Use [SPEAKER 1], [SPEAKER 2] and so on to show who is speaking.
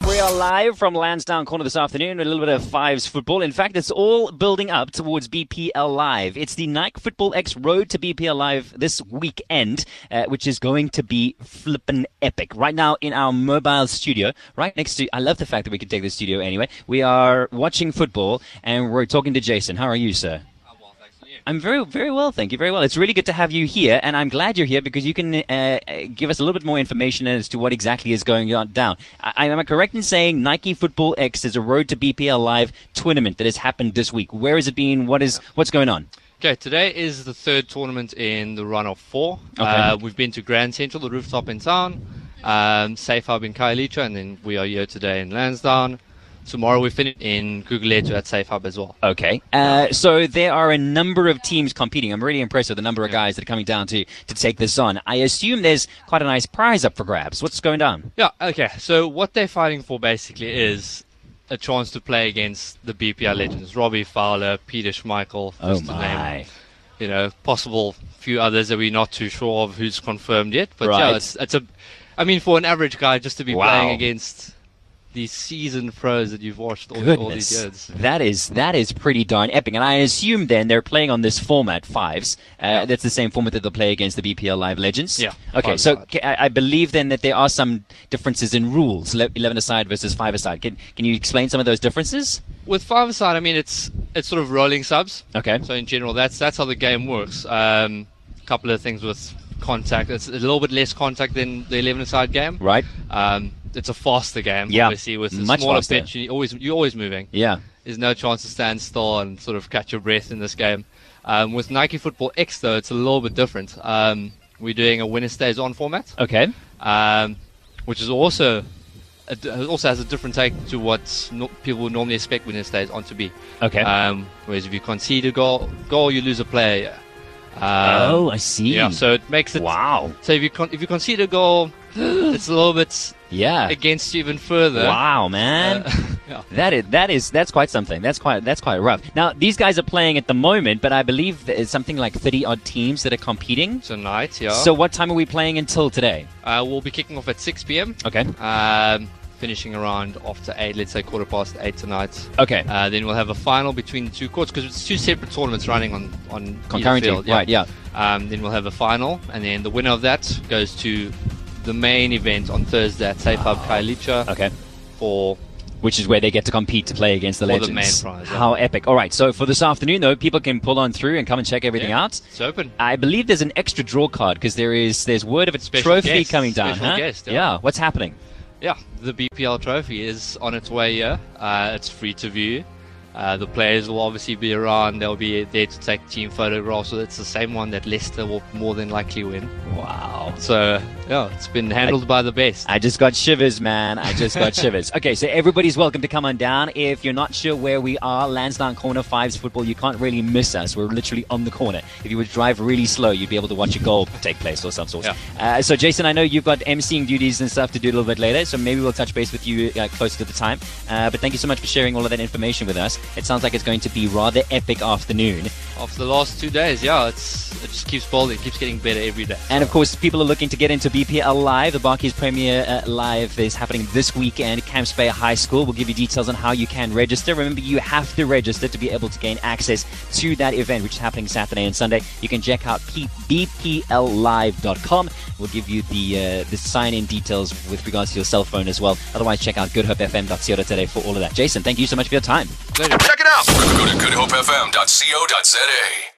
[SPEAKER 1] are live from Lansdowne Corner this afternoon. A little bit of Fives football. In fact, it's all building up towards BPL Live. It's the Nike Football X Road to BPL Live this weekend, uh, which is going to be flippin' epic. Right now in our mobile studio, right next to. I love the fact that we can take the studio anyway. We are watching football and we're talking to Jason. How are you, sir? I'm very, very well, thank you. Very well. It's really good to have you here, and I'm glad you're here because you can uh, uh, give us a little bit more information as to what exactly is going on down. I, am I correct in saying Nike Football X is a Road to BPL Live tournament that has happened this week? Where has it been? What is what's going on?
[SPEAKER 2] Okay, today is the third tournament in the run of four.
[SPEAKER 1] Okay.
[SPEAKER 2] Uh, we've been to Grand Central, the rooftop in town, um, Safe Hub in Kailicha, and then we are here today in Lansdowne. Tomorrow we finish in Guguletu at Safe Hub as well.
[SPEAKER 1] Okay. Uh, so there are a number of teams competing. I'm really impressed with the number of guys that are coming down to to take this on. I assume there's quite a nice prize up for grabs. What's going down?
[SPEAKER 2] Yeah, okay. So what they're fighting for basically is a chance to play against the BPL legends, Robbie Fowler, Peter Schmeichel,
[SPEAKER 1] Oh
[SPEAKER 2] just to name,
[SPEAKER 1] my.
[SPEAKER 2] you know, possible few others that we're not too sure of who's confirmed yet. But
[SPEAKER 1] Right.
[SPEAKER 2] yeah, it's, it's a, I mean, for an average guy just to be
[SPEAKER 1] Wow.
[SPEAKER 2] playing against the seasoned pros that you've watched all, all these
[SPEAKER 1] Goodness,
[SPEAKER 2] years.
[SPEAKER 1] that is that is pretty darn epic. And I assume then they're playing on this format fives. Uh, that's the same format that they play against the BPL Live Legends.
[SPEAKER 2] Yeah,
[SPEAKER 1] Okay,
[SPEAKER 2] five
[SPEAKER 1] so
[SPEAKER 2] aside.
[SPEAKER 1] ca- I I believe then that there are some differences in rules, le- eleven aside versus five aside. Can can you explain some of those differences?
[SPEAKER 2] With five side, I mean, it's it's sort of rolling subs.
[SPEAKER 1] Okay.
[SPEAKER 2] So in general, that's that's how the game works. A um, couple of things with contact. It's a little bit less contact than the 11 side game.
[SPEAKER 1] Right.
[SPEAKER 2] Um, it's a faster game.
[SPEAKER 1] Yeah,
[SPEAKER 2] Obviously, with a
[SPEAKER 1] much
[SPEAKER 2] smaller
[SPEAKER 1] faster.
[SPEAKER 2] pitch, you always you're always moving.
[SPEAKER 1] Yeah.
[SPEAKER 2] There's no chance to stand still and sort of catch your breath in this game. Um, with Nike Football X, though, it's a little bit different. Um, we're doing a winner stays on format,
[SPEAKER 1] Okay.
[SPEAKER 2] um, which is also it also has a different take to what no, people would normally expect winner stays on to be.
[SPEAKER 1] Okay.
[SPEAKER 2] Um, whereas if you concede a goal, goal you lose a player. Um,
[SPEAKER 1] oh, I see.
[SPEAKER 2] yeah. So it makes it.
[SPEAKER 1] wow.
[SPEAKER 2] So if you con- if you concede a goal, it's a little bit
[SPEAKER 1] Yeah.
[SPEAKER 2] against you even further.
[SPEAKER 1] Wow, man.
[SPEAKER 2] Uh, yeah.
[SPEAKER 1] That is that is that's quite something. That's quite that's quite rough. Now these guys are playing at the moment, but I believe there's something like thirty odd teams that are competing.
[SPEAKER 2] Tonight, yeah.
[SPEAKER 1] So what time are we playing until today?
[SPEAKER 2] uh, we'll be kicking off at 6 p.m.
[SPEAKER 1] Okay.
[SPEAKER 2] Um, finishing around after eight, let's say quarter past eight tonight.
[SPEAKER 1] Okay.
[SPEAKER 2] Uh, then we'll have a final between the two courts because it's two separate tournaments running on on either
[SPEAKER 1] Concurrently,
[SPEAKER 2] field,
[SPEAKER 1] right? Yeah.
[SPEAKER 2] Um, then we'll have a final, and then the winner of that goes to the main event on Thursday at Safe Hub Kailicha
[SPEAKER 1] Ah, Okay.
[SPEAKER 2] for
[SPEAKER 1] Which is where they get to compete to play against the
[SPEAKER 2] For the main
[SPEAKER 1] legends.
[SPEAKER 2] prize, yeah.
[SPEAKER 1] How epic! All right. So for this afternoon, though, people can pull on through and come and check everything
[SPEAKER 2] Yeah.
[SPEAKER 1] out.
[SPEAKER 2] It's open.
[SPEAKER 1] I believe there's an extra draw card because there is there's word of a
[SPEAKER 2] Special
[SPEAKER 1] trophy
[SPEAKER 2] guest,
[SPEAKER 1] coming down.
[SPEAKER 2] special
[SPEAKER 1] huh?
[SPEAKER 2] guest, yeah.
[SPEAKER 1] yeah. What's happening?
[SPEAKER 2] Yeah, the BPL trophy is on its way here. Uh, it's free to view. Uh, the players will obviously be around. They'll be there to take team photographs. So it's the same one that Leicester will more than likely win.
[SPEAKER 1] Wow.
[SPEAKER 2] So yeah, it's been handled by the best.
[SPEAKER 1] I just got shivers, man. I just got shivers. Okay, so everybody's welcome to come on down. If you're not sure where we are, Lansdowne Corner Fives Football, you can't really miss us. We're literally on the corner. If you would drive really slow, you'd be able to watch a goal take place or some sort.
[SPEAKER 2] Yeah.
[SPEAKER 1] Uh, so, Jason, I know you've got emceeing duties and stuff to do a little bit later, so maybe we'll touch base with you uh, closer to the time. Uh, but thank you so much for sharing all of that information with us. It sounds like it's going to be rather epic afternoon.
[SPEAKER 2] After the last two days, yeah, it's it just keeps building, keeps getting better every day.
[SPEAKER 1] And of course, people are looking to get into BPL Live. The Barclays Premier uh, Live is happening this weekend. Camps Bay High School will give you details on how you can register. Remember, you have to register to be able to gain access to that event, which is happening Saturday and Sunday. You can check out P- bpllive.com. We'll give you the uh, the sign in details with regards to your cell phone as well. Otherwise, check out goodhopefm.co today for all of that. Jason, thank you so much for your time.
[SPEAKER 2] Later.
[SPEAKER 3] Check it out. Go to goodhopefm.co.za.